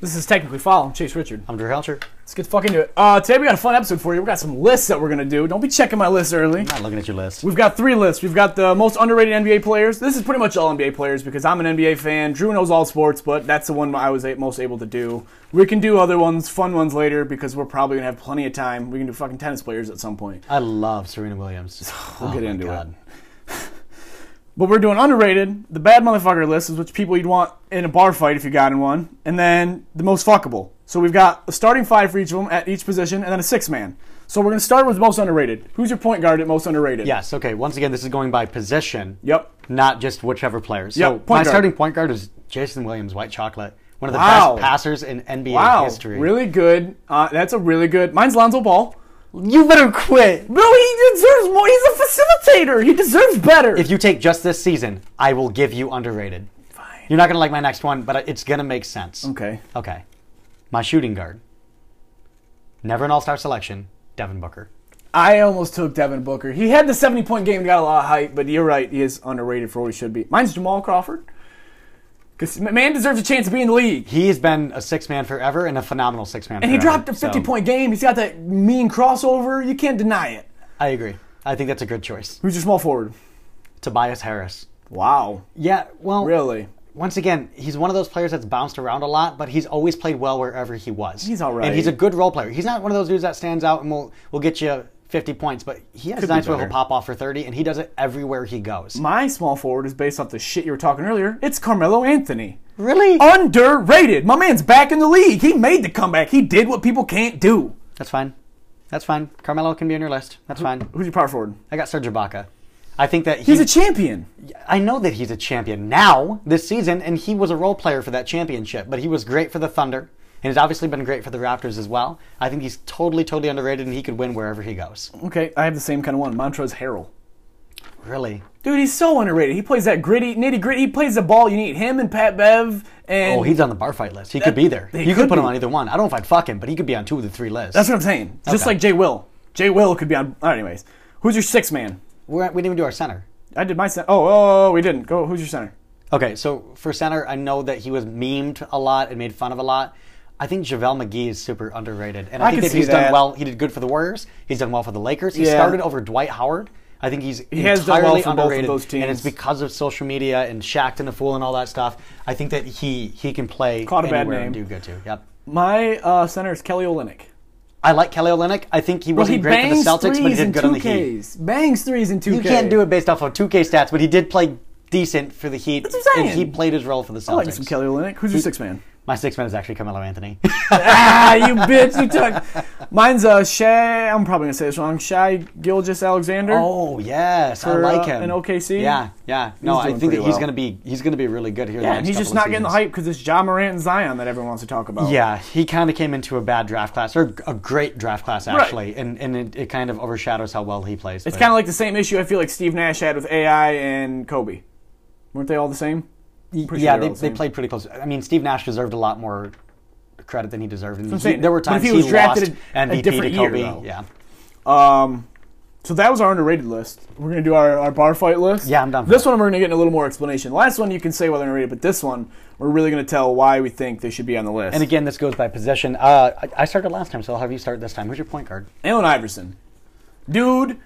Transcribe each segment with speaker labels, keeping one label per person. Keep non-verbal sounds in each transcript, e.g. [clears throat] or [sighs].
Speaker 1: This is technically foul. I'm Chase Richard.
Speaker 2: I'm Drew Halcher.
Speaker 1: Let's get fucking to it. Uh, today we got a fun episode for you. We got some lists that we're gonna do. Don't be checking my list early.
Speaker 2: Not looking at your list.
Speaker 1: We've got three lists. We've got the most underrated NBA players. This is pretty much all NBA players because I'm an NBA fan. Drew knows all sports, but that's the one I was a- most able to do. We can do other ones, fun ones later because we're probably gonna have plenty of time. We can do fucking tennis players at some point.
Speaker 2: I love Serena Williams.
Speaker 1: [sighs] We'll
Speaker 2: Oh
Speaker 1: get
Speaker 2: my
Speaker 1: into it.
Speaker 2: God.
Speaker 1: [laughs] But we're doing underrated, the bad motherfucker list is which people you'd want in a bar fight if you got in one, and then the most fuckable. So we've got a starting five for each of them at each position, and then a six man. So we're gonna start with most underrated. Who's your point guard at most underrated?
Speaker 2: Yes. Okay. Once again, this is going by position.
Speaker 1: Yep.
Speaker 2: Not just whichever player. So
Speaker 1: Yep, point
Speaker 2: my
Speaker 1: guard.
Speaker 2: starting point guard is Jason Williams, White Chocolate, one of the
Speaker 1: Wow.
Speaker 2: best passers in NBA
Speaker 1: Wow.
Speaker 2: history.
Speaker 1: Really good. Uh, that's a really good. Mine's Lonzo Ball.
Speaker 2: You better quit.
Speaker 1: No, he deserves more. He's a facilitator. He deserves better.
Speaker 2: If you take just this season, I will give you underrated.
Speaker 1: Fine.
Speaker 2: You're not gonna like my next one, but it's gonna make sense.
Speaker 1: okay.
Speaker 2: Okay. My shooting guard. Never an All Star selection. Devin Booker.
Speaker 1: I almost took Devin Booker. He had the 70 point game, got a lot of hype, but you're right. He is underrated for what he should be. Mine's Jamal Crawford. Because man deserves a chance to be in the league.
Speaker 2: He has been a six man forever and a phenomenal six man.
Speaker 1: And he dropped a 50 point game. He's got that mean crossover. You can't deny it.
Speaker 2: I agree. I think that's a good choice.
Speaker 1: Who's your small forward?
Speaker 2: Tobias Harris.
Speaker 1: Wow.
Speaker 2: Yeah, well,
Speaker 1: Really?
Speaker 2: once again, he's one of those players that's bounced around a lot, but he's always played well wherever he was.
Speaker 1: He's all right.
Speaker 2: And he's a good role player. He's not one of those dudes that stands out and will will get you 50 points, but he has nights where he'll
Speaker 1: better.
Speaker 2: pop off for 30, and he does it everywhere he goes.
Speaker 1: My small forward is based off the shit you were talking earlier. It's Carmelo Anthony.
Speaker 2: Really?
Speaker 1: Underrated. My man's back in the league. He made the comeback. He did what people can't do.
Speaker 2: That's fine. That's fine. Carmelo can be on your list. That's fine.
Speaker 1: Who's your power forward?
Speaker 2: I got Serge Ibaka. I think that
Speaker 1: He's a champion.
Speaker 2: I know that he's a champion now this season, and he was a role player for that championship, but he was great for the Thunder, and he's obviously been great for the Raptors as well. I think he's totally, totally underrated, and he could win wherever he goes.
Speaker 1: Okay, I have the same kind of one. Montrose Harrell.
Speaker 2: Really?
Speaker 1: Dude, he's so underrated. He plays that gritty, nitty gritty. He plays the ball you need. Him and Pat Bev. And
Speaker 2: Oh, he's on the bar fight list. He could be there.
Speaker 1: he
Speaker 2: You
Speaker 1: could
Speaker 2: could put him
Speaker 1: be.
Speaker 2: on either one. I don't know if I'd fuck him, but he could be on two of the three lists.
Speaker 1: that's what I'm saying. Just
Speaker 2: Okay.
Speaker 1: like Jay Will. Jay Will could be on. all right, anyways, who's your sixth man?
Speaker 2: We're at, we didn't even do our center.
Speaker 1: I did my center. Oh, oh, oh, we didn't. Go. Who's your center?
Speaker 2: Okay, so for center, I know that he was memed a lot and made fun of a lot. I think JaVale McGee is super underrated, and I,
Speaker 1: I
Speaker 2: think
Speaker 1: can
Speaker 2: that
Speaker 1: see
Speaker 2: he's
Speaker 1: that.
Speaker 2: done well. He did good for the Warriors. He's done well for the Lakers. He
Speaker 1: Yeah.
Speaker 2: started over Dwight Howard. I think he's he
Speaker 1: has done well
Speaker 2: entirely
Speaker 1: for both of
Speaker 2: underrated,
Speaker 1: those teams.
Speaker 2: and it's because of social media and Shaq and the Fool and all that stuff. I think that he he can play
Speaker 1: Caught a bad
Speaker 2: anywhere and
Speaker 1: name.
Speaker 2: do good too. Yep.
Speaker 1: My uh, center is Kelly Olynyk.
Speaker 2: I like Kelly Olynyk. I think he wasn't great for the Celtics, but he did good on the Heat.
Speaker 1: Bangs threes and two
Speaker 2: You can't do it based off of 2K stats, but he did play decent for the Heat,
Speaker 1: what I'm
Speaker 2: and
Speaker 1: saying.
Speaker 2: he played his role for the Celtics.
Speaker 1: I like me some Kelly Olynyk. Who's your sixth
Speaker 2: [laughs]
Speaker 1: man?
Speaker 2: My sixth man is actually
Speaker 1: [laughs]
Speaker 2: Carmelo Anthony.
Speaker 1: ah, you bitch! You took. Mine's uh, Shay. I'm probably gonna say this wrong. Shy Gilgis Alexander.
Speaker 2: [laughs] Oh yes,
Speaker 1: For,
Speaker 2: I
Speaker 1: uh,
Speaker 2: like him
Speaker 1: in OKC?
Speaker 2: Yeah, yeah. No, I
Speaker 1: doing
Speaker 2: think that
Speaker 1: pretty
Speaker 2: he's
Speaker 1: well.
Speaker 2: gonna be he's gonna be really good here. the
Speaker 1: Yeah,
Speaker 2: next
Speaker 1: and he's just not
Speaker 2: couple of
Speaker 1: getting the
Speaker 2: seasons.
Speaker 1: hype because it's John Morant and Zion that everyone wants to talk about.
Speaker 2: Yeah, he kind of came into a bad draft class or a great draft class actually, and and it, it kind of overshadows how well he plays.
Speaker 1: It's kind of like the same issue I feel like Steve Nash had with AI and Kobe. Weren't they all the same? pretty
Speaker 2: yeah,
Speaker 1: sure
Speaker 2: they,
Speaker 1: they're all the
Speaker 2: they
Speaker 1: same.
Speaker 2: played pretty close. I mean, Steve Nash deserved a lot more credit than he deserved, and he-
Speaker 1: saying.
Speaker 2: there were
Speaker 1: But if
Speaker 2: times
Speaker 1: he was drafted
Speaker 2: lost
Speaker 1: a- a
Speaker 2: MVP
Speaker 1: different
Speaker 2: to
Speaker 1: year,
Speaker 2: Kobe.
Speaker 1: though.
Speaker 2: yeah,
Speaker 1: Um, so that was our underrated list. We're gonna do our, our bar fight list.
Speaker 2: Yeah, I'm down for
Speaker 1: This one we're gonna get in a little more explanation. The last one you can say whether underrated, but this one we're really gonna tell why we think they should be on the list.
Speaker 2: and again, this goes by position. Uh, I- I started last time, so I'll have you start this time. Who's your point guard?
Speaker 1: Allen Iverson, dude,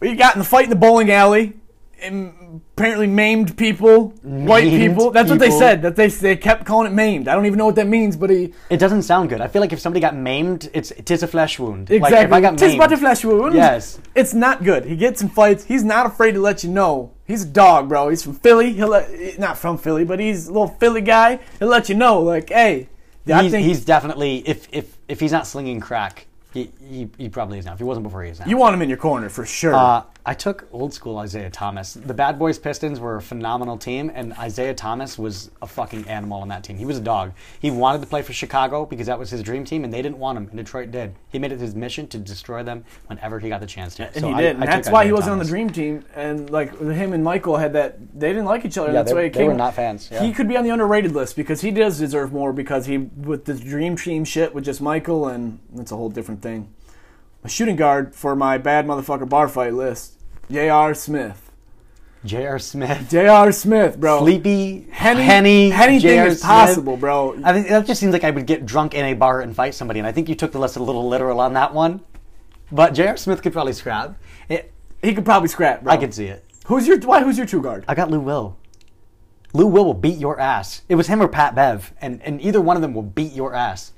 Speaker 1: we got in the fight in the bowling alley. And apparently maimed people, white
Speaker 2: Maimed
Speaker 1: people. That's what they
Speaker 2: people.
Speaker 1: said. That they they kept calling it maimed. I don't even know what that means, but he
Speaker 2: It doesn't sound good. I feel like if somebody got maimed, it's tis a flesh wound. Like,
Speaker 1: Exactly.
Speaker 2: if I got
Speaker 1: Tis
Speaker 2: maimed,
Speaker 1: but a flesh wound.
Speaker 2: Yes.
Speaker 1: It's not good. He gets in fights. He's not afraid to let you know. He's a dog, bro. He's from Philly. He'll let, not from Philly, but he's a little Philly guy. He'll let you know, like, hey, I
Speaker 2: he's,
Speaker 1: think
Speaker 2: he's definitely if if if he's not slinging crack, he he, he probably is now. If he wasn't before, he is now.
Speaker 1: you want him in your corner for sure.
Speaker 2: uh, I took old school Isaiah Thomas. The Bad Boys Pistons were a phenomenal team, and Isaiah Thomas was a fucking animal on that team. He was a dog. He wanted to play for Chicago because that was his dream team, and they didn't want him, and Detroit did. He made it his mission to destroy them whenever he got the chance to.
Speaker 1: and he did. and that's why he wasn't on the dream team. And like him and Michael had that they didn't like each other.
Speaker 2: Yeah,
Speaker 1: that's
Speaker 2: they-
Speaker 1: why it
Speaker 2: they were
Speaker 1: came-
Speaker 2: not fans, yeah.
Speaker 1: He could be on the underrated list because he does deserve more because he with the dream team shit with just Michael and that's a whole different thing. A shooting guard for my bad motherfucker bar fight list, J.R. Smith.
Speaker 2: J.R. Smith,
Speaker 1: J.R. Smith, bro.
Speaker 2: Sleepy
Speaker 1: Henny,
Speaker 2: Henny,
Speaker 1: anything
Speaker 2: J.R.
Speaker 1: is
Speaker 2: Smith.
Speaker 1: possible, bro.
Speaker 2: I think that just seems like I would get drunk in a bar and fight somebody, and I think you took the lesson a little literal on that one. But J.R. Smith could probably scrap. It,
Speaker 1: He could probably scrap, bro.
Speaker 2: I can see it.
Speaker 1: Who's your why? Who's your two guard?
Speaker 2: I got Lou Will. Lou Will will beat your ass. It was him or Pat Bev, and, and either one of them will beat your ass.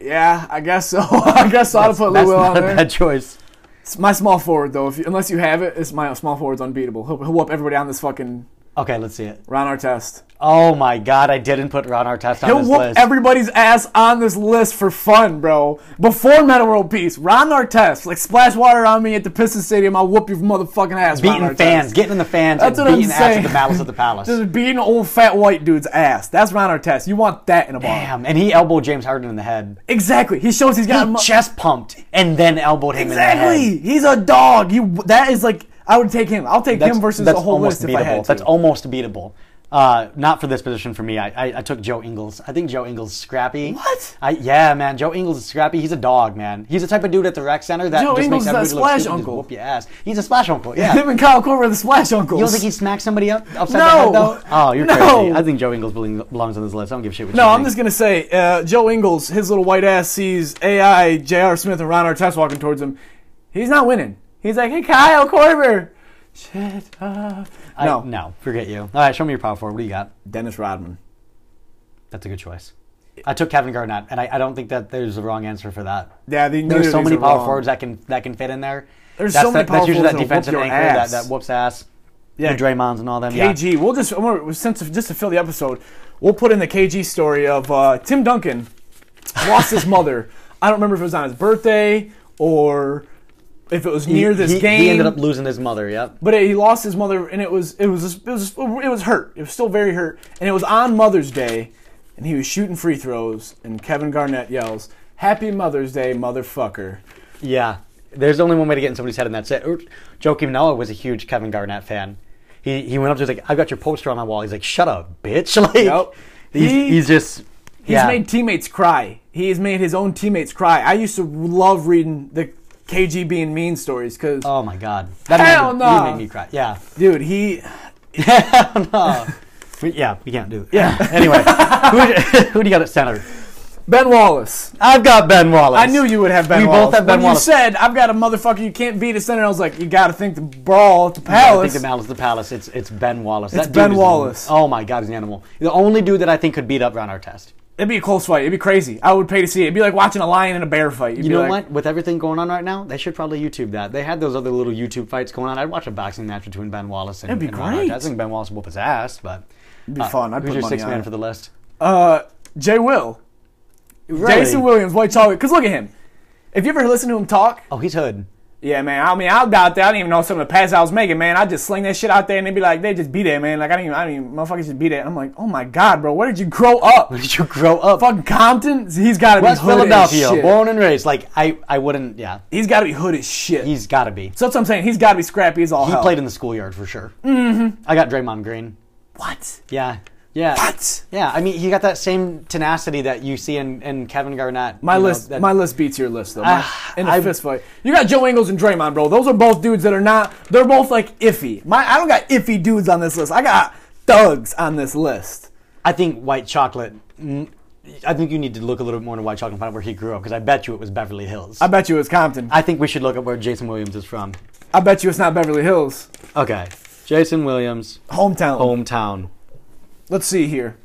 Speaker 1: Yeah, I guess so. [laughs] I guess so. I'll put Lou
Speaker 2: That's
Speaker 1: Will
Speaker 2: not
Speaker 1: on
Speaker 2: a
Speaker 1: there.
Speaker 2: bad choice.
Speaker 1: It's my small forward though. If you, unless you have it, it's my small forward's unbeatable. He'll, he'll whoop everybody on this fucking
Speaker 2: Okay, let's see it.
Speaker 1: Ron Artest.
Speaker 2: Oh my God, I didn't put Ron Artest on
Speaker 1: He'll
Speaker 2: this
Speaker 1: whoop
Speaker 2: list.
Speaker 1: everybody's ass on this list for fun, bro. Before Meta World Peace, Ron Artest, like splash water on me at the Pistons Stadium. I'll whoop your motherfucking ass. Ron
Speaker 2: beating
Speaker 1: Artest.
Speaker 2: fans, getting in the fans,
Speaker 1: That's
Speaker 2: and
Speaker 1: what I'm
Speaker 2: beating ass at
Speaker 1: saying.
Speaker 2: the battles of the palace.
Speaker 1: Just beating old fat white dude's ass. That's Ron Artest. You want that in a bar?
Speaker 2: Damn, and he elbowed James Harden in the head.
Speaker 1: Exactly. He shows he's got
Speaker 2: He
Speaker 1: mu-
Speaker 2: chest pumped and then elbowed him in the head.
Speaker 1: Exactly. He's a dog. You that is like I would take him. I'll take him versus the whole list
Speaker 2: almost
Speaker 1: if
Speaker 2: beatable.
Speaker 1: I had to.
Speaker 2: That's almost beatable. Uh, not for this position for me. I, I, I took Joe Ingles. I think Joe Ingles is scrappy.
Speaker 1: What?
Speaker 2: I, yeah, man. Joe Ingles is scrappy. He's a dog, man. He's the type of dude at the rec center that
Speaker 1: Joe
Speaker 2: just
Speaker 1: Ingles is
Speaker 2: makes
Speaker 1: that
Speaker 2: everybody look
Speaker 1: splash
Speaker 2: stupid and just
Speaker 1: uncle.
Speaker 2: whoop your ass. He's a splash uncle.
Speaker 1: [laughs] [laughs]
Speaker 2: Yeah.
Speaker 1: Him and Kyle Korver are the Splash Uncles.
Speaker 2: You don't think he smacked somebody up upside
Speaker 1: No.
Speaker 2: the head though? Oh, you're
Speaker 1: No.
Speaker 2: crazy. I think Joe Ingles belong- belongs on this list. I don't give a shit. What
Speaker 1: no,
Speaker 2: you
Speaker 1: I'm
Speaker 2: think.
Speaker 1: just gonna say uh, Joe Ingles, his little white ass sees AI J.R. Smith and Ron Artest walking towards him. He's not winning. He's like, hey, Kyle Korver. Shit. Uh.
Speaker 2: I-
Speaker 1: no,
Speaker 2: no, forget you. All right, show me your power forward. What do you got?
Speaker 1: Dennis Rodman.
Speaker 2: That's a good choice. I took Kevin Garnett, and I, I don't think that there's a wrong answer for that.
Speaker 1: Yeah, the, neither
Speaker 2: There's so
Speaker 1: of these
Speaker 2: many
Speaker 1: are
Speaker 2: power
Speaker 1: wrong.
Speaker 2: forwards that can that can fit in there.
Speaker 1: There's
Speaker 2: that's
Speaker 1: so many
Speaker 2: that-
Speaker 1: power
Speaker 2: That's usually
Speaker 1: forwards that'll
Speaker 2: that
Speaker 1: whoop
Speaker 2: defensive
Speaker 1: your
Speaker 2: anchor
Speaker 1: ass.
Speaker 2: that, that whoops ass.
Speaker 1: Yeah.
Speaker 2: Yeah, the Draymonds and all them. yeah.
Speaker 1: KG. We'll just we're, since just to fill the episode, we'll put in the KG story of uh, Tim Duncan lost his mother. I don't remember if it was on his birthday or if it was
Speaker 2: He-
Speaker 1: near this
Speaker 2: he,
Speaker 1: game.
Speaker 2: He ended up losing his mother. Yep.
Speaker 1: but he lost his mother, and it was it was it was it was hurt. It was still very hurt, and it was on Mother's Day, and he was shooting free throws, and Kevin Garnett yells, "Happy Mother's Day, motherfucker!"
Speaker 2: Yeah. There's only one way to get in somebody's head, and that's it. Or- Joakim Noah was a huge Kevin Garnett fan. He he went up to him, like, I've got your poster on my wall. He's like, shut up, bitch. [laughs] Like,
Speaker 1: Yep.
Speaker 2: he's,
Speaker 1: He-
Speaker 2: he's just.
Speaker 1: He's
Speaker 2: yeah.
Speaker 1: made teammates cry. He has made his own teammates cry. I used to love reading the KG being mean stories because
Speaker 2: Oh my god. That
Speaker 1: Hell
Speaker 2: made,
Speaker 1: no.
Speaker 2: He made me cry.
Speaker 1: [laughs]
Speaker 2: Yeah.
Speaker 1: Dude, he.
Speaker 2: We- yeah, we can't do it. Yeah. anyway, who, [laughs] who do you got at center?
Speaker 1: [laughs] Ben Wallace.
Speaker 2: I've got Ben Wallace.
Speaker 1: I knew you would have Ben
Speaker 2: We both
Speaker 1: Wallace.
Speaker 2: have Ben
Speaker 1: when
Speaker 2: Wallace.
Speaker 1: you said, I've got a motherfucker you can't beat a center, I was like, you gotta think the brawl at the
Speaker 2: I think
Speaker 1: palace.
Speaker 2: the Malice the Palace. It's it's Ben Wallace. It's
Speaker 1: Ben Wallace.
Speaker 2: oh my God, he's an animal. The only dude that I think could beat up Ron Artest.
Speaker 1: It'd be a close fight. It'd be crazy. I would pay to see it. It'd be like watching a lion and a bear fight. You'd
Speaker 2: You
Speaker 1: be
Speaker 2: know
Speaker 1: like,
Speaker 2: what? With everything going on right now, they should probably YouTube that. They had those other little YouTube fights going on. I'd watch a boxing match between Ben Wallace and,
Speaker 1: That'd be
Speaker 2: and Ron
Speaker 1: great.
Speaker 2: Artest. I think Ben Wallace will whoop his ass, but it'd
Speaker 1: be fun. I'd
Speaker 2: Uh, who's
Speaker 1: put
Speaker 2: your
Speaker 1: money
Speaker 2: sixth
Speaker 1: on
Speaker 2: man
Speaker 1: it.
Speaker 2: for the list?
Speaker 1: Uh, Jay Will. Jason Williams, White Chocolate. Because look at him. If you ever listen to him talk,
Speaker 2: Oh, he's hood. [laughs]
Speaker 1: yeah, man. I mean, I was out there. I didn't even know some of the passes I was making, man. I just sling that shit out there, and they'd be like, they just be there, man. Like I didn't, even, I didn't even, motherfuckers just be there. And I'm like, oh my god, bro, where did you grow up?
Speaker 2: Did you grow
Speaker 1: [laughs]
Speaker 2: up?
Speaker 1: Fucking Compton, he's got to be
Speaker 2: West
Speaker 1: hood As
Speaker 2: Philadelphia,
Speaker 1: shit.
Speaker 2: born and raised. Like I, I wouldn't. Yeah,
Speaker 1: He's got to be hood as shit.
Speaker 2: he's got to be.
Speaker 1: so that's what I'm saying. He's got to be scrappy as all
Speaker 2: He
Speaker 1: hell.
Speaker 2: played in the schoolyard for sure. Mm-hmm. I got Draymond Green.
Speaker 1: what?
Speaker 2: Yeah, yeah.
Speaker 1: What?
Speaker 2: Yeah, I mean, he got that same tenacity that you see in, in Kevin Garnett.
Speaker 1: My
Speaker 2: you know,
Speaker 1: list,
Speaker 2: that-
Speaker 1: my list beats your list though. My,
Speaker 2: Ah,
Speaker 1: in a
Speaker 2: I-
Speaker 1: fist fight, you got Joe Ingles and Draymond, bro. Those are both dudes that are not. They're both like iffy. My, I don't got iffy dudes on this list. I got thugs on this list.
Speaker 2: I think White Chocolate. mm, I think you need to look a little bit more into White Chocolate and find out where he grew up because I bet you it was Beverly Hills.
Speaker 1: I
Speaker 2: I,
Speaker 1: bet you it's Compton. I,
Speaker 2: think we should look up where Jason Williams is from.
Speaker 1: bet you it's not Beverly Hills.
Speaker 2: Okay, Jason Williams
Speaker 1: Hometown.
Speaker 2: hometown.
Speaker 1: Let's see here.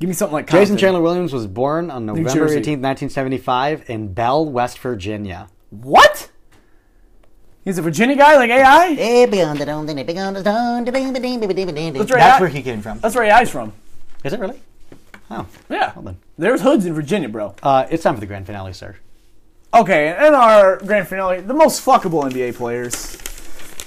Speaker 1: Give me something like Compton.
Speaker 2: Jason Chandler Williams was born on November
Speaker 1: Jersey.
Speaker 2: 18, 1975, in Bell, West Virginia.
Speaker 1: What? He's a Virginia guy like AI.
Speaker 3: That's
Speaker 1: right.
Speaker 2: That's
Speaker 1: I-
Speaker 2: where he came from.
Speaker 1: That's where AI's from.
Speaker 2: Is it really? Oh,
Speaker 1: Yeah.
Speaker 2: hold on.
Speaker 1: There's hoods in Virginia, bro.
Speaker 2: Uh, it's time for the grand finale, sir.
Speaker 1: Okay, and our grand finale, the most fuckable NBA players.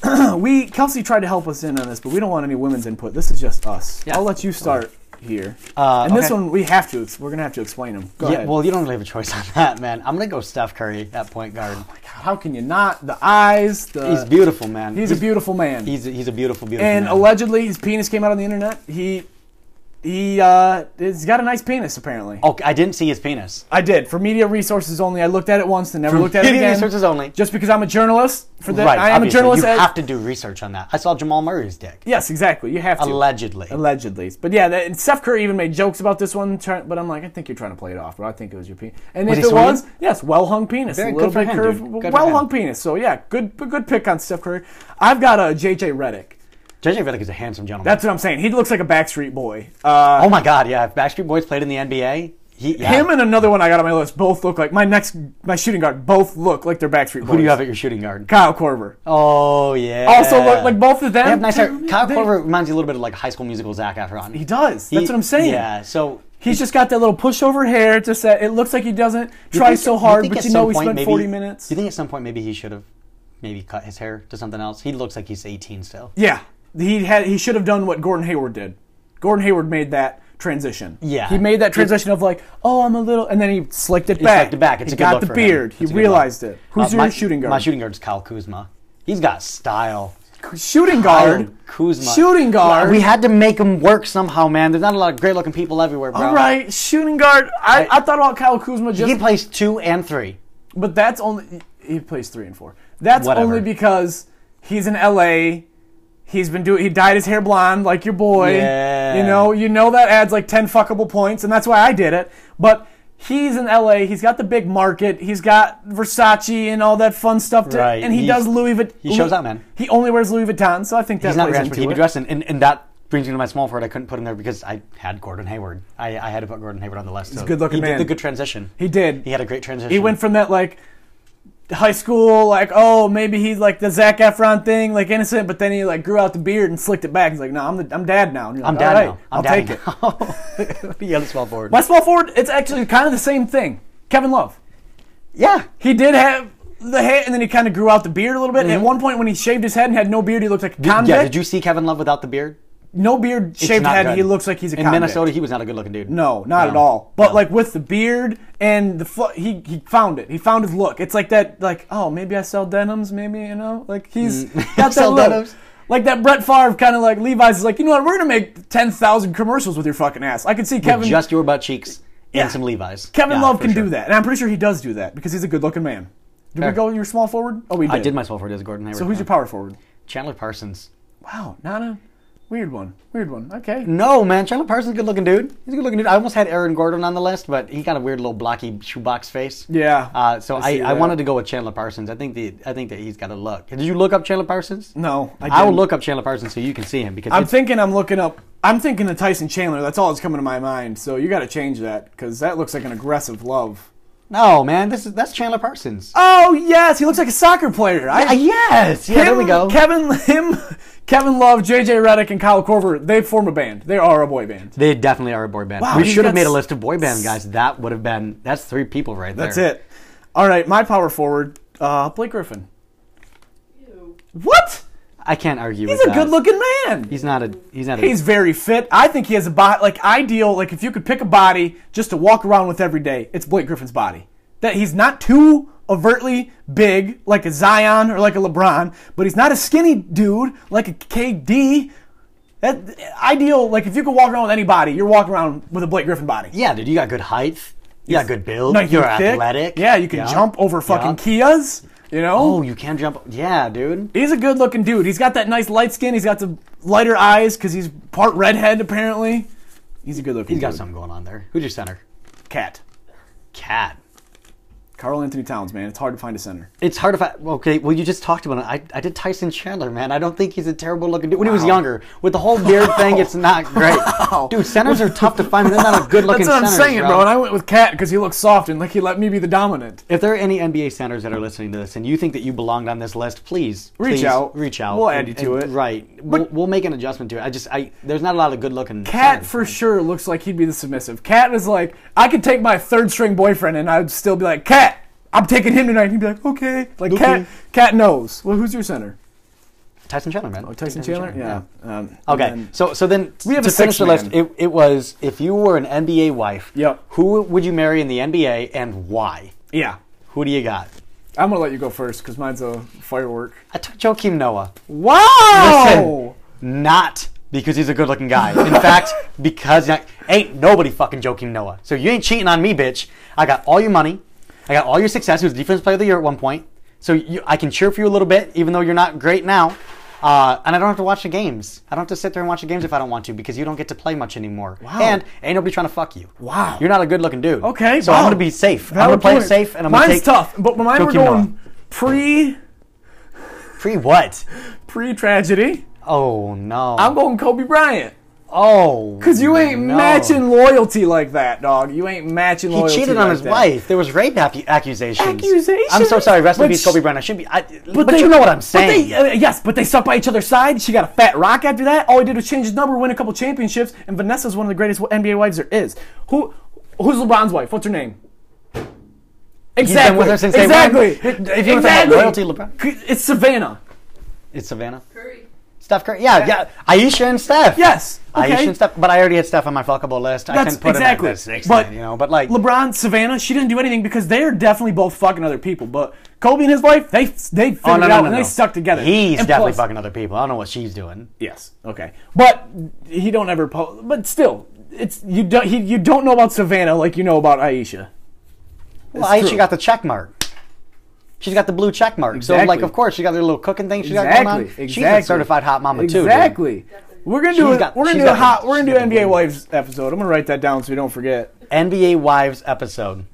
Speaker 1: [clears throat] we Kelsey tried to help us in on this, but we don't want any women's input. This is just us.
Speaker 2: Yeah.
Speaker 1: I'll let you start here.
Speaker 2: Uh,
Speaker 1: and this
Speaker 2: okay.
Speaker 1: one we have to. We're gonna have to explain them. Go
Speaker 2: Yeah,
Speaker 1: ahead.
Speaker 2: well, you don't really have a choice on that, man. I'm gonna go Steph Curry at point guard.
Speaker 1: How can you not? The eyes. The
Speaker 2: He's beautiful, man.
Speaker 1: He's a beautiful man.
Speaker 2: He's a, he's a beautiful, beautiful
Speaker 1: and
Speaker 2: man.
Speaker 1: allegedly, his penis came out on the internet. He He uh, he's got a nice penis apparently.
Speaker 2: Oh, I didn't see his penis.
Speaker 1: I did for media resources only. I looked at it once and never looked at it
Speaker 2: Media
Speaker 1: again.
Speaker 2: resources only.
Speaker 1: Just because I'm a journalist for the
Speaker 2: right.
Speaker 1: I am a
Speaker 2: obviously.
Speaker 1: journalist.
Speaker 2: You
Speaker 1: at-
Speaker 2: have to do research on that. I saw Jamal Murray's dick.
Speaker 1: yes, exactly. You have to.
Speaker 2: Allegedly.
Speaker 1: Allegedly, but yeah, that, and Steph Curry even made jokes about this one. try- But I'm like, I think you're trying to play it off, bro. I think it was your penis. And
Speaker 2: Was
Speaker 1: if
Speaker 2: he
Speaker 1: it was,
Speaker 2: swinging?
Speaker 1: yes, well hung penis,
Speaker 2: Very
Speaker 1: a little
Speaker 2: good for
Speaker 1: bit
Speaker 2: him,
Speaker 1: curved,
Speaker 2: dude. Good for
Speaker 1: well
Speaker 2: him.
Speaker 1: hung penis. So yeah, good, good pick on Steph Curry. I've got a JJ Redick.
Speaker 2: JJ Redick is a handsome gentleman.
Speaker 1: That's what I'm saying. He looks like a Backstreet Boy. Uh,
Speaker 2: oh my God, yeah. If Backstreet Boys played in the NBA, he, yeah.
Speaker 1: Him and another one I got on my list both look like my next my shooting guard. Both look like they're Backstreet Boys.
Speaker 2: Who do you have at your shooting guard?
Speaker 1: Kyle Korver.
Speaker 2: Oh yeah.
Speaker 1: Also look like both of them.
Speaker 2: They have nice hair.
Speaker 1: dude,
Speaker 2: Kyle
Speaker 1: they-
Speaker 2: Korver reminds you a little bit of like High School Musical Zac Efron.
Speaker 1: He does. That's what I'm saying.
Speaker 2: Yeah. So
Speaker 1: He's just got that little pushover hair. Just that it looks like he doesn't try
Speaker 2: think-
Speaker 1: so hard,
Speaker 2: think
Speaker 1: but
Speaker 2: at
Speaker 1: you
Speaker 2: some
Speaker 1: know he
Speaker 2: point
Speaker 1: spent
Speaker 2: maybe-
Speaker 1: 40 minutes.
Speaker 2: You think at some point maybe he should have maybe cut his hair to something else? He looks like he's 18 still.
Speaker 1: Yeah, he had he should have done what Gordon Hayward did. Gordon Hayward made that transition.
Speaker 2: Yeah.
Speaker 1: he made that transition of like, oh, I'm a little, and then he slicked it back.
Speaker 2: slicked it back. It's
Speaker 1: he
Speaker 2: a good
Speaker 1: got
Speaker 2: look
Speaker 1: the
Speaker 2: for him.
Speaker 1: beard.
Speaker 2: It's a
Speaker 1: He
Speaker 2: good look.
Speaker 1: realized it. Who's
Speaker 2: Uh,
Speaker 1: your
Speaker 2: my-
Speaker 1: shooting guard?
Speaker 2: My shooting guard's Kyle Kuzma. He's got style.
Speaker 1: shooting guard.
Speaker 2: Kyle Kuzma. Uh,
Speaker 1: Shooting guard.
Speaker 2: We had to make him work somehow, man. There's not a lot of great looking people everywhere, bro.
Speaker 1: All right, shooting guard. I, I,
Speaker 2: I-
Speaker 1: thought about Kyle Kuzma just,
Speaker 2: He plays two and three.
Speaker 1: but that's only he plays three and four. That's
Speaker 2: Whatever.
Speaker 1: only because he's in L.A. He's been doing. He dyed his hair blonde like your boy.
Speaker 2: Yeah.
Speaker 1: You know, you know that adds like ten fuckable points, and that's why I did it. But he's in L.A. He's got the big market. He's got Versace and all that fun stuff. To,
Speaker 2: Right.
Speaker 1: And he
Speaker 2: He's-
Speaker 1: does Louis Vuitton.
Speaker 2: he shows out, man.
Speaker 1: He only wears Louis Vuitton, so I think that
Speaker 2: He's not
Speaker 1: plays eh?
Speaker 2: dressed, but
Speaker 1: into
Speaker 2: he be
Speaker 1: it.
Speaker 2: dressed, in- and, and that brings me to my small forward. I couldn't put him there because I had Gordon Hayward. I, I had to put Gordon Hayward on the list. He's
Speaker 1: a good-looking
Speaker 2: he
Speaker 1: man.
Speaker 2: did the good transition.
Speaker 1: He did.
Speaker 2: He had a great transition.
Speaker 1: He went from that like high school, like oh maybe he's like the Zac Efron thing, like innocent, but then he like grew out the beard and slicked it back. He's like, no, I'm the, I'm dad now. And you're
Speaker 2: I'm
Speaker 1: like,
Speaker 2: down
Speaker 1: "All right,
Speaker 2: now. I'm
Speaker 1: I'll
Speaker 2: down
Speaker 1: take it.
Speaker 2: now. [laughs] it. yeah, the small forward.
Speaker 1: My small forward, it's actually kind of the same thing. Kevin Love,
Speaker 2: Yeah.
Speaker 1: he did have the hair, and then he kind of grew out the beard a little bit. At one point, when he shaved his head and had no beard, he looked like a convict.
Speaker 2: Mm-hmm. Yeah, did you see Kevin Love without the beard?
Speaker 1: no beard,
Speaker 2: It's
Speaker 1: shaved
Speaker 2: not
Speaker 1: head,
Speaker 2: good.
Speaker 1: he looks like he's a
Speaker 2: In
Speaker 1: convict.
Speaker 2: Minnesota, he was not a good looking dude.
Speaker 1: No, not
Speaker 2: No.
Speaker 1: at all. But
Speaker 2: No.
Speaker 1: like with the beard and the fl- he he found it. He found his look. It's like that. Like oh, maybe I sell denims. Maybe you know, like he's
Speaker 2: [laughs]
Speaker 1: got that
Speaker 2: Mm. Sell
Speaker 1: look.
Speaker 2: denims.
Speaker 1: Like that Brett Favre kind of like Levi's is like you know what we're gonna make ten thousand commercials with your fucking ass. I can see Kevin
Speaker 2: Just your butt cheeks and
Speaker 1: Yeah.
Speaker 2: some Levi's.
Speaker 1: Kevin
Speaker 2: Yeah,
Speaker 1: Love
Speaker 2: for
Speaker 1: can
Speaker 2: sure.
Speaker 1: do that, and I'm pretty sure he does do that because he's a good looking man. Did
Speaker 2: Fair.
Speaker 1: we go your small forward? Oh, we did.
Speaker 2: I did my small forward as Gordon Hayward.
Speaker 1: So who's your power forward?
Speaker 2: Chandler Parsons?
Speaker 1: Wow, not a weird one. Weird one. Okay.
Speaker 2: No, man. Chandler Parsons is a good looking dude. He's a good looking dude. I almost had Aaron Gordon on the list, but he got a weird little blocky shoebox face.
Speaker 1: Yeah.
Speaker 2: Uh, so I,
Speaker 1: see
Speaker 2: I,
Speaker 1: that.
Speaker 2: wanted to go with Chandler Parsons. I think the I think that he's got a look. Did you look up Chandler Parsons?
Speaker 1: no, Mm, I,
Speaker 2: I will
Speaker 1: didn't.
Speaker 2: look up Chandler Parsons so you can see him because
Speaker 1: I'm
Speaker 2: it's-
Speaker 1: thinking I'm looking up. I'm thinking of Tyson Chandler. That's all that's coming to my mind. So you got to change that because that looks like an aggressive love.
Speaker 2: no man, this is that's Chandler Parsons.
Speaker 1: Oh yes, he looks like a soccer player. I,
Speaker 2: Ah, yes, yeah, there we
Speaker 1: him,
Speaker 2: go.
Speaker 1: Kevin, him, Kevin Love, J.J. Redick, and Kyle Korver. They form a band. They are a boy band.
Speaker 2: They definitely are a boy band.
Speaker 1: Wow,
Speaker 2: we
Speaker 1: he's
Speaker 2: should
Speaker 1: got
Speaker 2: have made a
Speaker 1: s-
Speaker 2: list of boy band guys. That would have been that's three people right there.
Speaker 1: That's it. All right, my power forward, uh, Blake Griffin. What?
Speaker 2: I can't argue
Speaker 1: He's
Speaker 2: with
Speaker 1: a
Speaker 2: that.
Speaker 1: good-looking man.
Speaker 2: He's not a he's not a
Speaker 1: He's very fit. I think he has a body like ideal. Like if you could pick a body just to walk around with every day, it's Blake Griffin's body. That he's not too overtly big like a Zion or like a LeBron, but he's not a skinny dude like a KD. That ideal. Like if you could walk around with any body, you're walking around with a Blake Griffin body.
Speaker 2: yeah, dude. You got good height. You got good build.
Speaker 1: Like,
Speaker 2: You're
Speaker 1: thick.
Speaker 2: athletic.
Speaker 1: Yeah, you can jump over
Speaker 2: Yeah.
Speaker 1: fucking Kias. You know.
Speaker 2: Oh, you can jump. Yeah, dude.
Speaker 1: He's a good looking dude. He's got that nice light skin. He's got the lighter eyes because he's part redhead apparently. He's a good looking.
Speaker 2: He's got something going on there. Who's your center?
Speaker 1: cat.
Speaker 2: Cat.
Speaker 1: Carl Anthony Towns, man. It's hard to find a center.
Speaker 2: It's hard to find. Okay, well, you just talked about it. I, I did Tyson Chandler, man. I don't think he's a terrible looking dude. When he was younger, with the whole beard thing,
Speaker 1: [laughs]
Speaker 2: it's not great. Dude, centers are tough to find. They're not a good looking
Speaker 1: That's what I'm
Speaker 2: centers,
Speaker 1: saying, bro. And I went with Cat because he looks soft and like he let me be the dominant.
Speaker 2: If there are any NBA centers that are listening to this and you think that you belonged on this list, please
Speaker 1: Reach
Speaker 2: please
Speaker 1: out.
Speaker 2: Reach out.
Speaker 1: We'll add
Speaker 2: and-
Speaker 1: you to
Speaker 2: and-
Speaker 1: it.
Speaker 2: Right. We'll, we'll make an adjustment to it. I just I there's not a lot of good looking.
Speaker 1: Cat for sure looks like he'd be the submissive. Cat is like, I could take my third string boyfriend and I'd still be like, Cat, I'm taking him tonight. And he'd be like, okay. Like, Cat,
Speaker 2: Okay.
Speaker 1: Cat knows. Well, who's your center?
Speaker 2: Tyson Chandler, man. Oh,
Speaker 1: Tyson Chandler? Yeah. Um,
Speaker 2: Okay,
Speaker 1: and then-
Speaker 2: so so then we
Speaker 1: have
Speaker 2: to
Speaker 1: a
Speaker 2: finish
Speaker 1: six
Speaker 2: the list.
Speaker 1: man.
Speaker 2: It, it was if you were an NBA wife,
Speaker 1: Yep.
Speaker 2: who would you marry in the NBA and why?
Speaker 1: yeah.
Speaker 2: Who do you got?
Speaker 1: I'm going to let you go first because mine's a firework.
Speaker 2: I took Joakim Noah.
Speaker 1: Wow!
Speaker 2: Listen, not because he's a good-looking guy. In
Speaker 1: [laughs]
Speaker 2: fact, because I- ain't nobody fucking joking Noah. So you ain't cheating on me, bitch. I got all your money. I got all your success. He was defense player of the year at one point. So you, I can cheer for you a little bit, even though you're not great now. Uh, and I don't have to watch the games. I don't have to sit there and watch the games if I don't want to because you don't get to play much anymore.
Speaker 1: Wow.
Speaker 2: And ain't nobody trying to fuck you.
Speaker 1: Wow.
Speaker 2: You're not a good-looking dude.
Speaker 1: Okay,
Speaker 2: So
Speaker 1: wow.
Speaker 2: I'm gonna be safe. I'm
Speaker 1: Valid
Speaker 2: gonna play
Speaker 1: point.
Speaker 2: it safe, and I'm
Speaker 1: Mine's
Speaker 2: gonna take
Speaker 1: tough, but mine were
Speaker 2: Joakim Noah.
Speaker 1: going pre
Speaker 2: Free what?
Speaker 1: pre tragedy.
Speaker 2: Oh no.
Speaker 1: I'm going Kobe Bryant.
Speaker 2: oh.
Speaker 1: Cause you ain't
Speaker 2: no.
Speaker 1: matching loyalty like that, dog. You ain't matching
Speaker 2: He
Speaker 1: loyalty.
Speaker 2: cheated on
Speaker 1: like
Speaker 2: his
Speaker 1: that.
Speaker 2: wife. There was rape accu- accusations.
Speaker 1: Accusations?
Speaker 2: I'm so sorry. Rest in
Speaker 1: But
Speaker 2: peace,
Speaker 1: sh-
Speaker 2: Kobe Bryant. I should be. I, but you know what I'm saying.
Speaker 1: But they, uh, yes, but they stuck by each other's side. She got a fat rock after that. All he did was change his number, win a couple championships, and Vanessa's one of the greatest NBA wives there is. Who, who's LeBron's wife? What's her name? Exactly.
Speaker 2: with her since day
Speaker 1: exactly.
Speaker 2: one. If you were talking about loyalty, LeBron-
Speaker 1: C- It's Savannah.
Speaker 2: it's Savannah.
Speaker 3: Curry.
Speaker 2: Steph Curry. Yeah, yeah. Aisha and Steph.
Speaker 1: Yes. Okay.
Speaker 2: Aisha and Steph. But I already had Steph on my fuckable list. I
Speaker 1: That's
Speaker 2: can put
Speaker 1: exactly.
Speaker 2: him at six.
Speaker 1: But
Speaker 2: But you know, but like
Speaker 1: LeBron, Savannah, she didn't do anything because they are definitely both fucking other people. But Kobe and his wife, they they figured
Speaker 2: Oh, no,
Speaker 1: it
Speaker 2: no,
Speaker 1: out
Speaker 2: no,
Speaker 1: and
Speaker 2: no.
Speaker 1: they stuck together.
Speaker 2: He's
Speaker 1: And
Speaker 2: definitely
Speaker 1: plus-
Speaker 2: fucking other people. I don't know what she's doing.
Speaker 1: Yes. Okay. But he don't ever po But still, it's you don't he, you don't know about Savannah like you know about Aisha.
Speaker 2: Well, Aisha
Speaker 1: true.
Speaker 2: got the check mark. She's got the blue check mark. So, like,
Speaker 1: Exactly.
Speaker 2: of course, she got her little cooking thing. She got going on.
Speaker 1: Exactly.
Speaker 2: She's a
Speaker 1: Exactly.
Speaker 2: certified hot mama too. dude.
Speaker 1: Exactly. We're gonna do
Speaker 2: She's
Speaker 1: a,
Speaker 2: got-
Speaker 1: we're gonna
Speaker 2: she's
Speaker 1: do a
Speaker 2: got the-
Speaker 1: hot we're gonna do
Speaker 2: she's got the
Speaker 1: NBA
Speaker 2: wings.
Speaker 1: wives episode. I'm gonna write that down so we don't forget.
Speaker 2: NBA wives episode.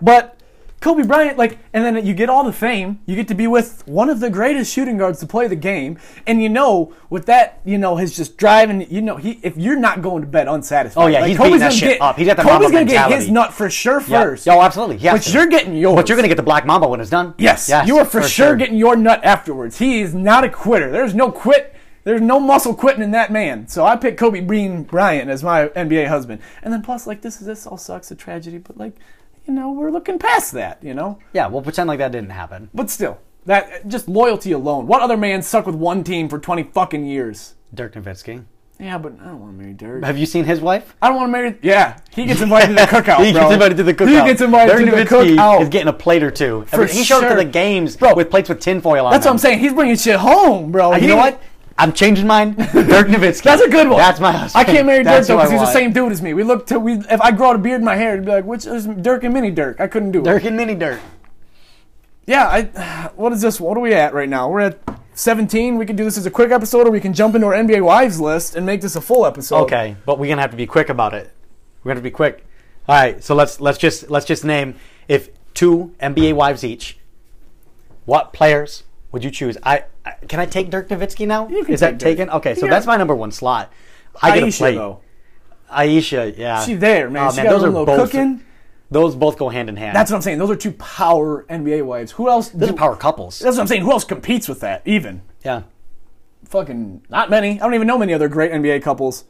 Speaker 1: But Kobe Bryant, like, and then you get all the fame. You get to be with one of the greatest shooting guards to play the game, and you know, with that, you know, his just driving. You know, he if you're not going to bed unsatisfied.
Speaker 2: Oh, yeah,
Speaker 1: like,
Speaker 2: he's beating that
Speaker 1: gonna
Speaker 2: shit up. He's got that
Speaker 1: Kobe's
Speaker 2: Mamba
Speaker 1: gonna get
Speaker 2: mentality.
Speaker 1: his nut for sure
Speaker 2: Yeah.
Speaker 1: first.
Speaker 2: Oh, absolutely. Yes.
Speaker 1: But you're getting yours.
Speaker 2: But you're gonna get the black mamba when it's done.
Speaker 1: Yes, you are for, sure, getting your nut afterwards. He is not a quitter. There's no quit. There's no muscle quitting in that man. So I picked Kobe Breen Bryant as my NBA husband. And then plus, like this is this all sucks a tragedy, but like, you know, we're looking past that. You know,
Speaker 2: Yeah, we'll pretend like that didn't happen.
Speaker 1: but still, that just loyalty alone. What other man stuck with one team for twenty fucking years?
Speaker 2: Dirk Nowitzki.
Speaker 1: Yeah, but I don't want to marry Dirk.
Speaker 2: Have you seen his wife?
Speaker 1: I don't want to marry. Yeah, he gets invited to the cookout.
Speaker 2: [laughs] he
Speaker 1: bro.
Speaker 2: gets invited to the cookout.
Speaker 1: He gets invited
Speaker 2: Dirk
Speaker 1: to the
Speaker 2: Nowitzki
Speaker 1: cookout.
Speaker 2: Is getting a plate or two.
Speaker 1: For
Speaker 2: he showed up
Speaker 1: sure.
Speaker 2: to the games
Speaker 1: Bro.
Speaker 2: with plates with tinfoil on.
Speaker 1: That's what I'm
Speaker 2: them.
Speaker 1: saying. He's bringing shit home, bro.
Speaker 2: And
Speaker 1: He
Speaker 2: Uh, you know
Speaker 1: didn't-
Speaker 2: what? I'm
Speaker 1: [laughs]
Speaker 2: changing mine. Dirk Nowitzki.
Speaker 1: That's a good one.
Speaker 2: That's my
Speaker 1: I
Speaker 2: husband.
Speaker 1: can't marry Dirk
Speaker 2: That's
Speaker 1: though
Speaker 2: who I
Speaker 1: because he's the
Speaker 2: want.
Speaker 1: same dude as me. We look to we. If I grow out a beard in my hair, it'd be like which is Dirk and Mini Dirk. I couldn't do it.
Speaker 2: Dirk and Mini Dirk.
Speaker 1: Yeah. I. [sighs] What is this? What are we at right now? We're at 17. We can do this as a quick episode, or we can jump into our NBA wives list and make this a full episode.
Speaker 2: Okay, but we're gonna have to be quick about it. We're gonna be quick. All right, so let's let's just let's just name if two NBA wives each. What players would you choose? I, I can I take Dirk Nowitzki now?
Speaker 1: You can
Speaker 2: Is
Speaker 1: take
Speaker 2: that
Speaker 1: Dirk.
Speaker 2: taken? Okay, so
Speaker 1: Yeah.
Speaker 2: that's my number one slot. I get a
Speaker 1: Aisha
Speaker 2: plate.
Speaker 1: though.
Speaker 2: Aisha, yeah.
Speaker 1: She there, man.
Speaker 2: Oh,
Speaker 1: she got
Speaker 2: those
Speaker 1: a
Speaker 2: are
Speaker 1: little
Speaker 2: both
Speaker 1: cooking.
Speaker 2: Those both go hand in hand.
Speaker 1: That's what I'm saying. Those are two power NBA wives. Who else?
Speaker 2: those are power couples.
Speaker 1: That's what I'm saying. Who else competes with that? Even
Speaker 2: Yeah.
Speaker 1: fucking not many. I don't even know many other great NBA couples.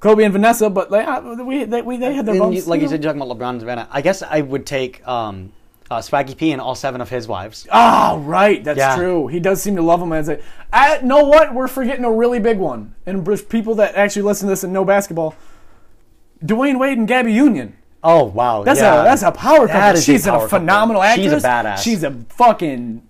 Speaker 1: Kobe and Vanessa, but like I- we they, we they had their
Speaker 2: And you,
Speaker 1: bumps.
Speaker 2: like you
Speaker 1: know?
Speaker 2: said, you're talking about LeBron and Savannah. I guess I would take um, uh, Swaggy P and all seven of his wives.
Speaker 1: Ah, right. That's
Speaker 2: Yeah.
Speaker 1: true. He does seem to love them. And say, I know what we're forgetting a really big one, and there's people that actually listen to this and know basketball. Dwayne Wade and Gabby Union.
Speaker 2: Oh wow,
Speaker 1: That's
Speaker 2: yeah.
Speaker 1: a that's a power
Speaker 2: That
Speaker 1: couple.
Speaker 2: is
Speaker 1: She's
Speaker 2: power
Speaker 1: a
Speaker 2: couple.
Speaker 1: phenomenal actress.
Speaker 2: She's a badass.
Speaker 1: She's a fucking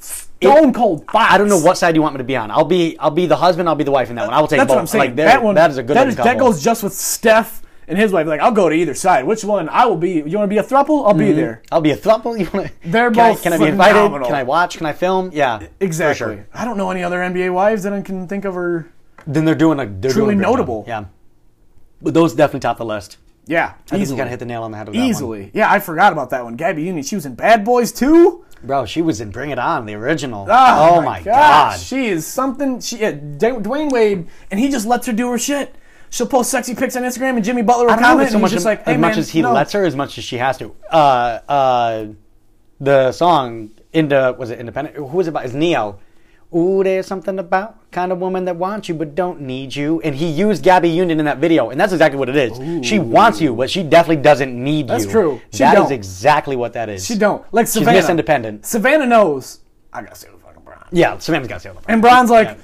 Speaker 1: stone cold fox.
Speaker 2: I don't know what side you want me to be on. I'll be I'll be the husband. I'll be the wife in that one. I will take
Speaker 1: That's
Speaker 2: both.
Speaker 1: what I'm saying.
Speaker 2: Like, they're-
Speaker 1: that one.
Speaker 2: That is a good
Speaker 1: That,
Speaker 2: looking
Speaker 1: is, that
Speaker 2: couple.
Speaker 1: goes just with Steph and his wife. Like I'll go to either side. Which one? I will be. You want to be a thruple? I'll be there.
Speaker 2: I'll be a thruple. You want to?
Speaker 1: They're
Speaker 2: can I-
Speaker 1: both
Speaker 2: can I be invited?
Speaker 1: phenomenal.
Speaker 2: Can I watch? Can I film? Yeah, for
Speaker 1: Exactly.
Speaker 2: sure.
Speaker 1: I don't know any other NBA wives that I can think of. Or
Speaker 2: Then they're doing a they're
Speaker 1: Truly
Speaker 2: doing a great job.
Speaker 1: notable.
Speaker 2: Yeah, but those definitely top the list.
Speaker 1: yeah,
Speaker 2: I think you
Speaker 1: easily.
Speaker 2: kind of hit the nail on the head with that one.
Speaker 1: Easily. Yeah, I forgot about that one. Gabby Union, she was in Bad Boys too.
Speaker 2: bro. She was in Bring It On, the original.
Speaker 1: Ah,
Speaker 2: oh my god.
Speaker 1: She is something. She yeah, Du- Dwayne Wade, and he just lets her do her shit. She'll post sexy pics on Instagram, and Jimmy Butler will
Speaker 2: I don't know
Speaker 1: comment,
Speaker 2: if it's so
Speaker 1: and
Speaker 2: much
Speaker 1: he's just
Speaker 2: am-
Speaker 1: like, hey,
Speaker 2: as much
Speaker 1: man,
Speaker 2: as he
Speaker 1: no.
Speaker 2: lets her, as much as she has to. Uh, uh, the song into was it independent? Who was it by? It's Neo. Ooh, there's something about kind of woman that wants you but don't need you. And he used Gabby Union in that video, and that's exactly what it is. She wants you, but she definitely doesn't need
Speaker 1: That's
Speaker 2: you.
Speaker 1: true. She
Speaker 2: That is
Speaker 1: don't.
Speaker 2: exactly what that is.
Speaker 1: She don't like Savannah.
Speaker 2: Miss Independent.
Speaker 1: Savannah knows. I gotta stay with fucking Bron.
Speaker 2: Yeah, Samantha's got to say all
Speaker 1: And Bron's like,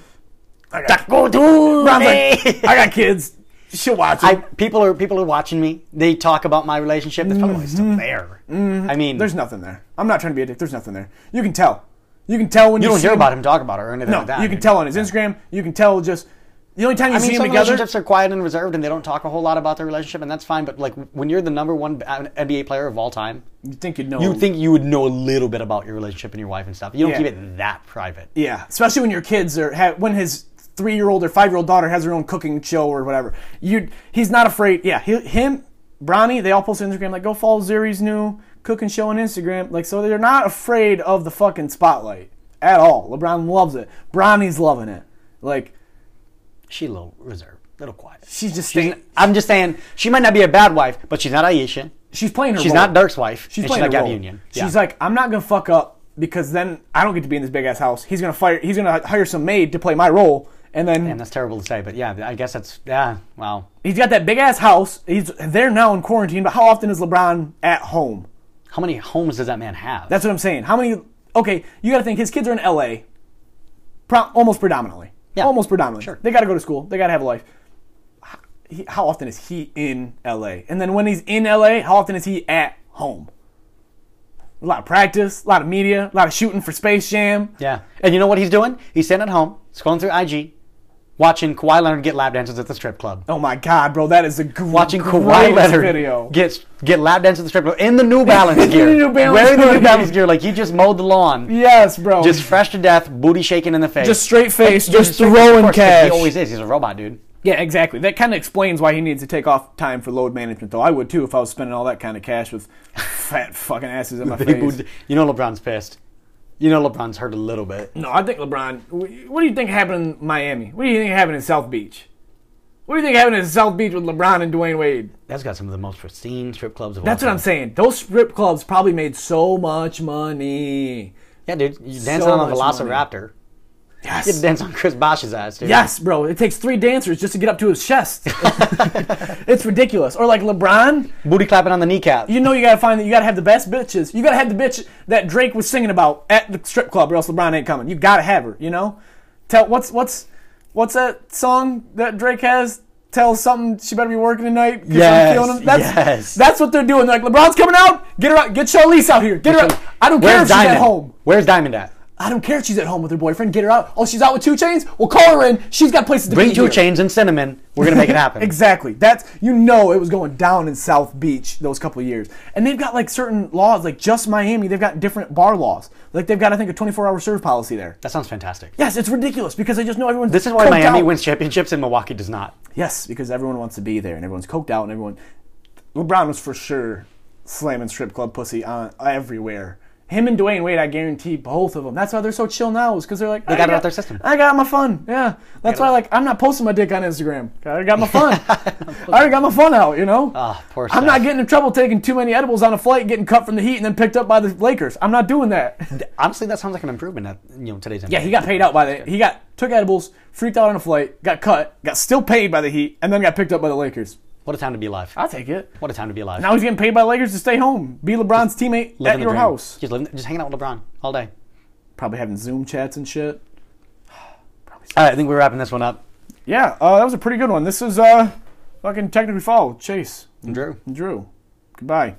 Speaker 1: I got,
Speaker 2: Go do
Speaker 1: Bron's like, I got kids. She'll watch it.
Speaker 2: [laughs] I, people are people are watching me. They talk about my relationship. It's probably still there. I mean,
Speaker 1: Mm-hmm. There's nothing there. I'm not trying to be a dick. There's nothing there. You can tell. You can tell when you,
Speaker 2: you don't
Speaker 1: see
Speaker 2: hear about him talk about her or anything
Speaker 1: No,
Speaker 2: like that.
Speaker 1: you can tell on his Instagram. You can tell just The only time you
Speaker 2: I
Speaker 1: see
Speaker 2: mean,
Speaker 1: them
Speaker 2: some
Speaker 1: together,
Speaker 2: relationships are quiet and reserved, and they don't talk a whole lot about their relationship, and that's fine. But like, when you're the number one b- NBA player of all time,
Speaker 1: you think you'd know.
Speaker 2: you
Speaker 1: them.
Speaker 2: think you would know a little bit about your relationship and your wife and stuff. You don't
Speaker 1: Yeah.
Speaker 2: keep it that private.
Speaker 1: Yeah, especially when your kids are ha- when his three year old or five year old daughter has her own cooking show or whatever. You he's not afraid. Yeah, he, him, Bronny, they all post on Instagram like go follow Zuri's new cooking show on Instagram. Like so they're not afraid of the fucking spotlight at all. LeBron loves it. Bronny's loving it. Like
Speaker 2: She's a little reserved, a little quiet.
Speaker 1: she's just
Speaker 2: She's
Speaker 1: staying,
Speaker 2: n- I'm just saying she might not be a bad wife, but she's not Aisha.
Speaker 1: she's playing her.
Speaker 2: She's
Speaker 1: role.
Speaker 2: not Dirk's wife.
Speaker 1: She's
Speaker 2: and
Speaker 1: playing
Speaker 2: she's not
Speaker 1: her
Speaker 2: Gabby
Speaker 1: role.
Speaker 2: Union.
Speaker 1: She's
Speaker 2: Yeah.
Speaker 1: like, I'm not gonna fuck up because then I don't get to be in this big ass house. He's gonna fire. He's gonna hire some maid to play my role, and then
Speaker 2: and that's terrible to say, but yeah, I guess that's yeah. Wow,
Speaker 1: He's got that big ass house. He's there now in quarantine, but how often is LeBron at home?
Speaker 2: how many homes does that man have?
Speaker 1: That's what I'm saying. How many? Okay, you got to think his kids are in LA, pro, almost predominantly.
Speaker 2: Yeah,
Speaker 1: almost predominantly.
Speaker 2: sure.
Speaker 1: They got to go to school. They got to have a life. How- he- How often is he in LA? And then when he's in LA, how often is he at home? A lot of practice, a lot of media, a lot of shooting for Space Jam.
Speaker 2: yeah, and you know what he's doing? He's sitting at home, scrolling through IG, watching Kawhi Leonard get lap dances at the strip club.
Speaker 1: Oh my God, bro, that is a gr-
Speaker 2: Watching Kawhi
Speaker 1: greatest
Speaker 2: Leonard
Speaker 1: video.
Speaker 2: get get lap dances at the strip club in the New Balance gear,
Speaker 1: New Balance
Speaker 2: wearing the New
Speaker 1: hoodie.
Speaker 2: Balance gear like he just mowed the lawn,
Speaker 1: yes, bro.
Speaker 2: just fresh to death, booty shaking in the face,
Speaker 1: Just straight face,
Speaker 2: Like,
Speaker 1: just
Speaker 2: straight face, of
Speaker 1: throwing
Speaker 2: course, 'cause
Speaker 1: cash.
Speaker 2: He always is. He's a robot, dude. [laughs]
Speaker 1: Yeah, exactly. That kind of explains why he needs to take off time for load management, though. I would too if I was spending all that kind of cash with [laughs] fat fucking asses in my
Speaker 2: They
Speaker 1: face.
Speaker 2: booed- You know LeBron's pissed. You know LeBron's hurt a little bit.
Speaker 1: No, I think LeBron. wh- What do you think happened in Miami? What do you think happened in South Beach? What do you think happened in South Beach with LeBron and Dwayne Wade?
Speaker 2: That's got some of the most pristine strip clubs of all
Speaker 1: That's what
Speaker 2: time.
Speaker 1: I'm saying. Those strip clubs probably made so much money.
Speaker 2: Yeah, dude, you dance
Speaker 1: So
Speaker 2: on a
Speaker 1: much money.
Speaker 2: Velociraptor. You
Speaker 1: Yes.
Speaker 2: dance on Chris Bosch's ass, dude.
Speaker 1: Yes, bro. It takes three dancers just to get up to his chest. [laughs] it's ridiculous. Or like LeBron,
Speaker 2: Booty clapping on the kneecap.
Speaker 1: you know you gotta find that you gotta have the best bitches. You gotta have the bitch that Drake was singing about at the strip club, or else LeBron ain't coming. You gotta have her. You know, tell what's what's what's that song that Drake has? Tell something she better be working tonight. 'cause
Speaker 2: Yes,
Speaker 1: I'm killing him. That's,
Speaker 2: yes.
Speaker 1: that's what they're doing. They're like LeBron's coming out. Get her out. Get Charlize out here. Get her. out. I don't care
Speaker 2: Where's
Speaker 1: if she's
Speaker 2: Diamond?
Speaker 1: at home.
Speaker 2: Where's Diamond at?
Speaker 1: I don't care if she's at home with her boyfriend. Get her out. Oh, she's out with two chains. Well, call her in. She's got places to
Speaker 2: Bring
Speaker 1: be.
Speaker 2: two
Speaker 1: here.
Speaker 2: chains and cinnamon. We're gonna make it
Speaker 1: [laughs]
Speaker 2: happen.
Speaker 1: Exactly. That's you know it was going down in South Beach those couple of years, and they've got like certain laws, like just Miami, they've got different bar laws. Like they've got I think a 24-hour serve policy there.
Speaker 2: That sounds fantastic.
Speaker 1: Yes, it's ridiculous because I just know everyone's.
Speaker 2: This is why
Speaker 1: coked
Speaker 2: Miami
Speaker 1: out.
Speaker 2: wins championships and Milwaukee does not.
Speaker 1: Yes, because everyone wants to be there and everyone's coked out and everyone. LeBron was for sure slamming strip club pussy on everywhere. Him and Dwayne Wade, I guarantee both of them. That's why they're so chill now, is because they're like they
Speaker 2: got it out their system.
Speaker 1: I got my fun. Yeah, that's why like I'm not posting my dick on Instagram. I already got my
Speaker 2: [laughs]
Speaker 1: fun. I already got my fun out. You know.
Speaker 2: Ah, poor
Speaker 1: I'm not
Speaker 2: Steph.
Speaker 1: getting in trouble taking too many edibles on a flight, getting cut from the heat, and then picked up by the Lakers. I'm not doing
Speaker 2: [laughs]
Speaker 1: that.
Speaker 2: Honestly, that sounds like an improvement at you know today's.
Speaker 1: Yeah, he got paid out by the. He got took edibles, freaked out on a flight, got cut, got still paid by the Heat, and then got picked up by the Lakers.
Speaker 2: What a time to be alive.
Speaker 1: I'll take it.
Speaker 2: What a time to be alive.
Speaker 1: Now he's getting paid by the Lakers to stay home, be LeBron's teammate
Speaker 2: Living
Speaker 1: at
Speaker 2: the
Speaker 1: your
Speaker 2: dream.
Speaker 1: house.
Speaker 2: Just living, just hanging out with LeBron all day.
Speaker 1: Probably having Zoom chats and shit.
Speaker 2: All right, I think we're wrapping this one up.
Speaker 1: Yeah, uh, that was a pretty good one. This is uh, fucking technically foul. Chase,
Speaker 2: Drew.
Speaker 1: Drew. Goodbye.